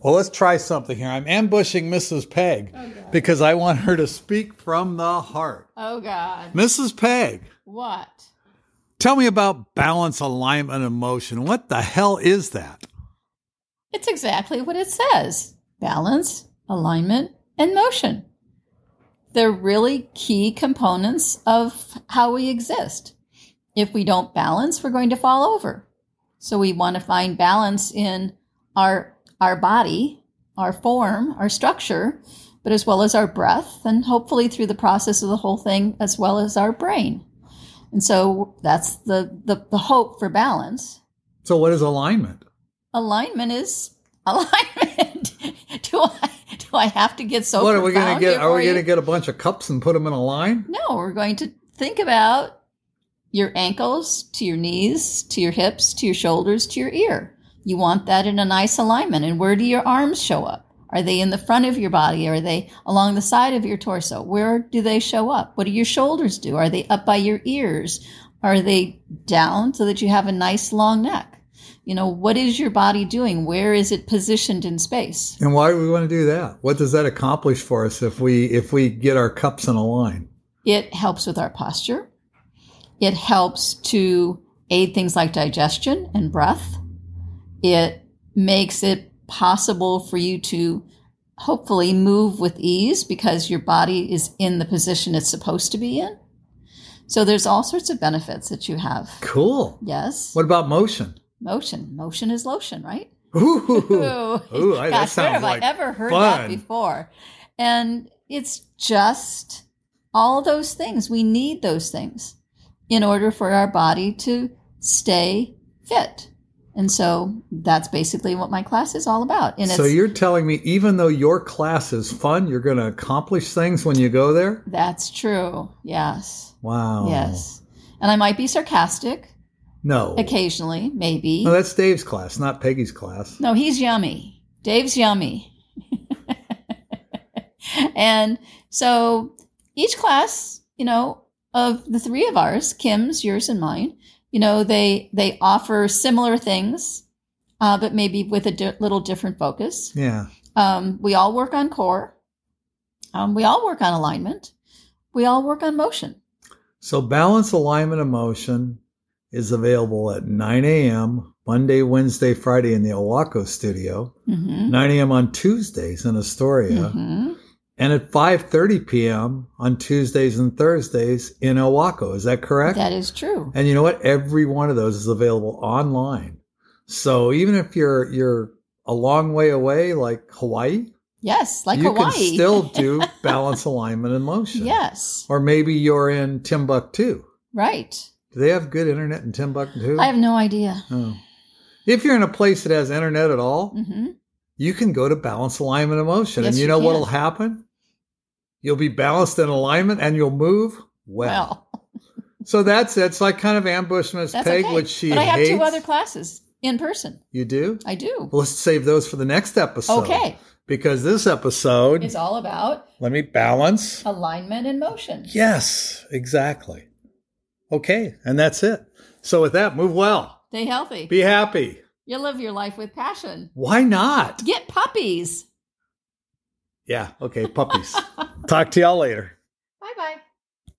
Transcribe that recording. Well, let's try something here. I'm ambushing Mrs. Peg because I want her to speak from the heart. Oh God. Mrs. Peg, What? tell me about balance, alignment, and motion. What the hell is that? It's exactly what it says balance, alignment, and motion. They're really key components of how we exist. If we don't balance, we're going to fall over. So we want to find balance in our, our body, our form, our structure, but as well as our breath, and hopefully through the process of the whole thing, as well as our brain. And so that's the, the, the hope for balance So, what is alignment? alignment is alignment. do I do I have to get so? what are we going to profound get? here Are we for you? going to get a bunch of cups and put them in a line? No, we're going to think about your ankles to your knees to your hips to your shoulders to your ear. You want that in a nice alignment. And where do your arms show up? Are they in the front of your body? Are they along the side of your torso? Where do they show up? What do your shoulders do? Are they up by your ears? Are they down so that you have a nice long neck? You know, what is your body doing? Where is it positioned in space? And why do we want to do that? What does that accomplish for us if we if we get our cups in a line? It helps with our posture. It helps to aid things like digestion and breath. It makes it possible for you to hopefully move with ease because your body is in the position it's supposed to be in. So there's all sorts of benefits that you have. Cool. Yes. What about motion? Motion. Motion is lotion, right? Ooh. Ooh, Ooh, I- that gosh, where sounds have like I ever heard fun. that before? And it's just all those things. We need those things in order for our body to stay fit. And so that's basically what my class is all about. And it's So you're telling me even though your class is fun, you're going to accomplish things when you go there? that's true. Yes. Wow. Yes. And I might be sarcastic No. occasionally, maybe. No, that's Dave's class, not Peggy's class. No, he's yummy. Dave's yummy. and so each class, you know, of the three of ours, Kim's, yours, and mine, you know, they they offer similar things, uh, but maybe with a di- little different focus. Yeah. Um, we all work on core. Um, we all work on alignment. We all work on motion. So balance, alignment, and motion is available at 9 a.m. Monday, Wednesday, Friday in the Owako studio, Mm-hmm. 9 a.m. on Tuesdays in Astoria, Mm-hmm. and at 5:30 p.m. on Tuesdays and Thursdays in Owako. Is that correct? That is true. And you know what? Every one of those is available online. So even if you're you're a long way away, like Hawaii, Yes, like you can Hawaii. still do balance, alignment, and motion. yes, Or maybe you're in Timbuktu. right. Do they have good internet in Timbuktu? I have no idea. Oh. If you're in a place that has internet at all, Mm-hmm. you can go to balance, alignment, and motion. Yes, and you, you know can. what'll happen? You'll be balanced in alignment and you'll move well. Well, So that's it. So I kind of ambushed Miss that's Peg, okay. which she but I have hates. two other classes in person. you do? I do. Well, let's save those for the next episode. okay. Because this episode, It's all about let me balance. alignment and motion. Yes, exactly. Okay. And that's it. So with that, move well, Stay healthy. be happy. you live your life with passion. Why not? Get puppies. Yeah. Okay. Puppies. Talk to y'all later.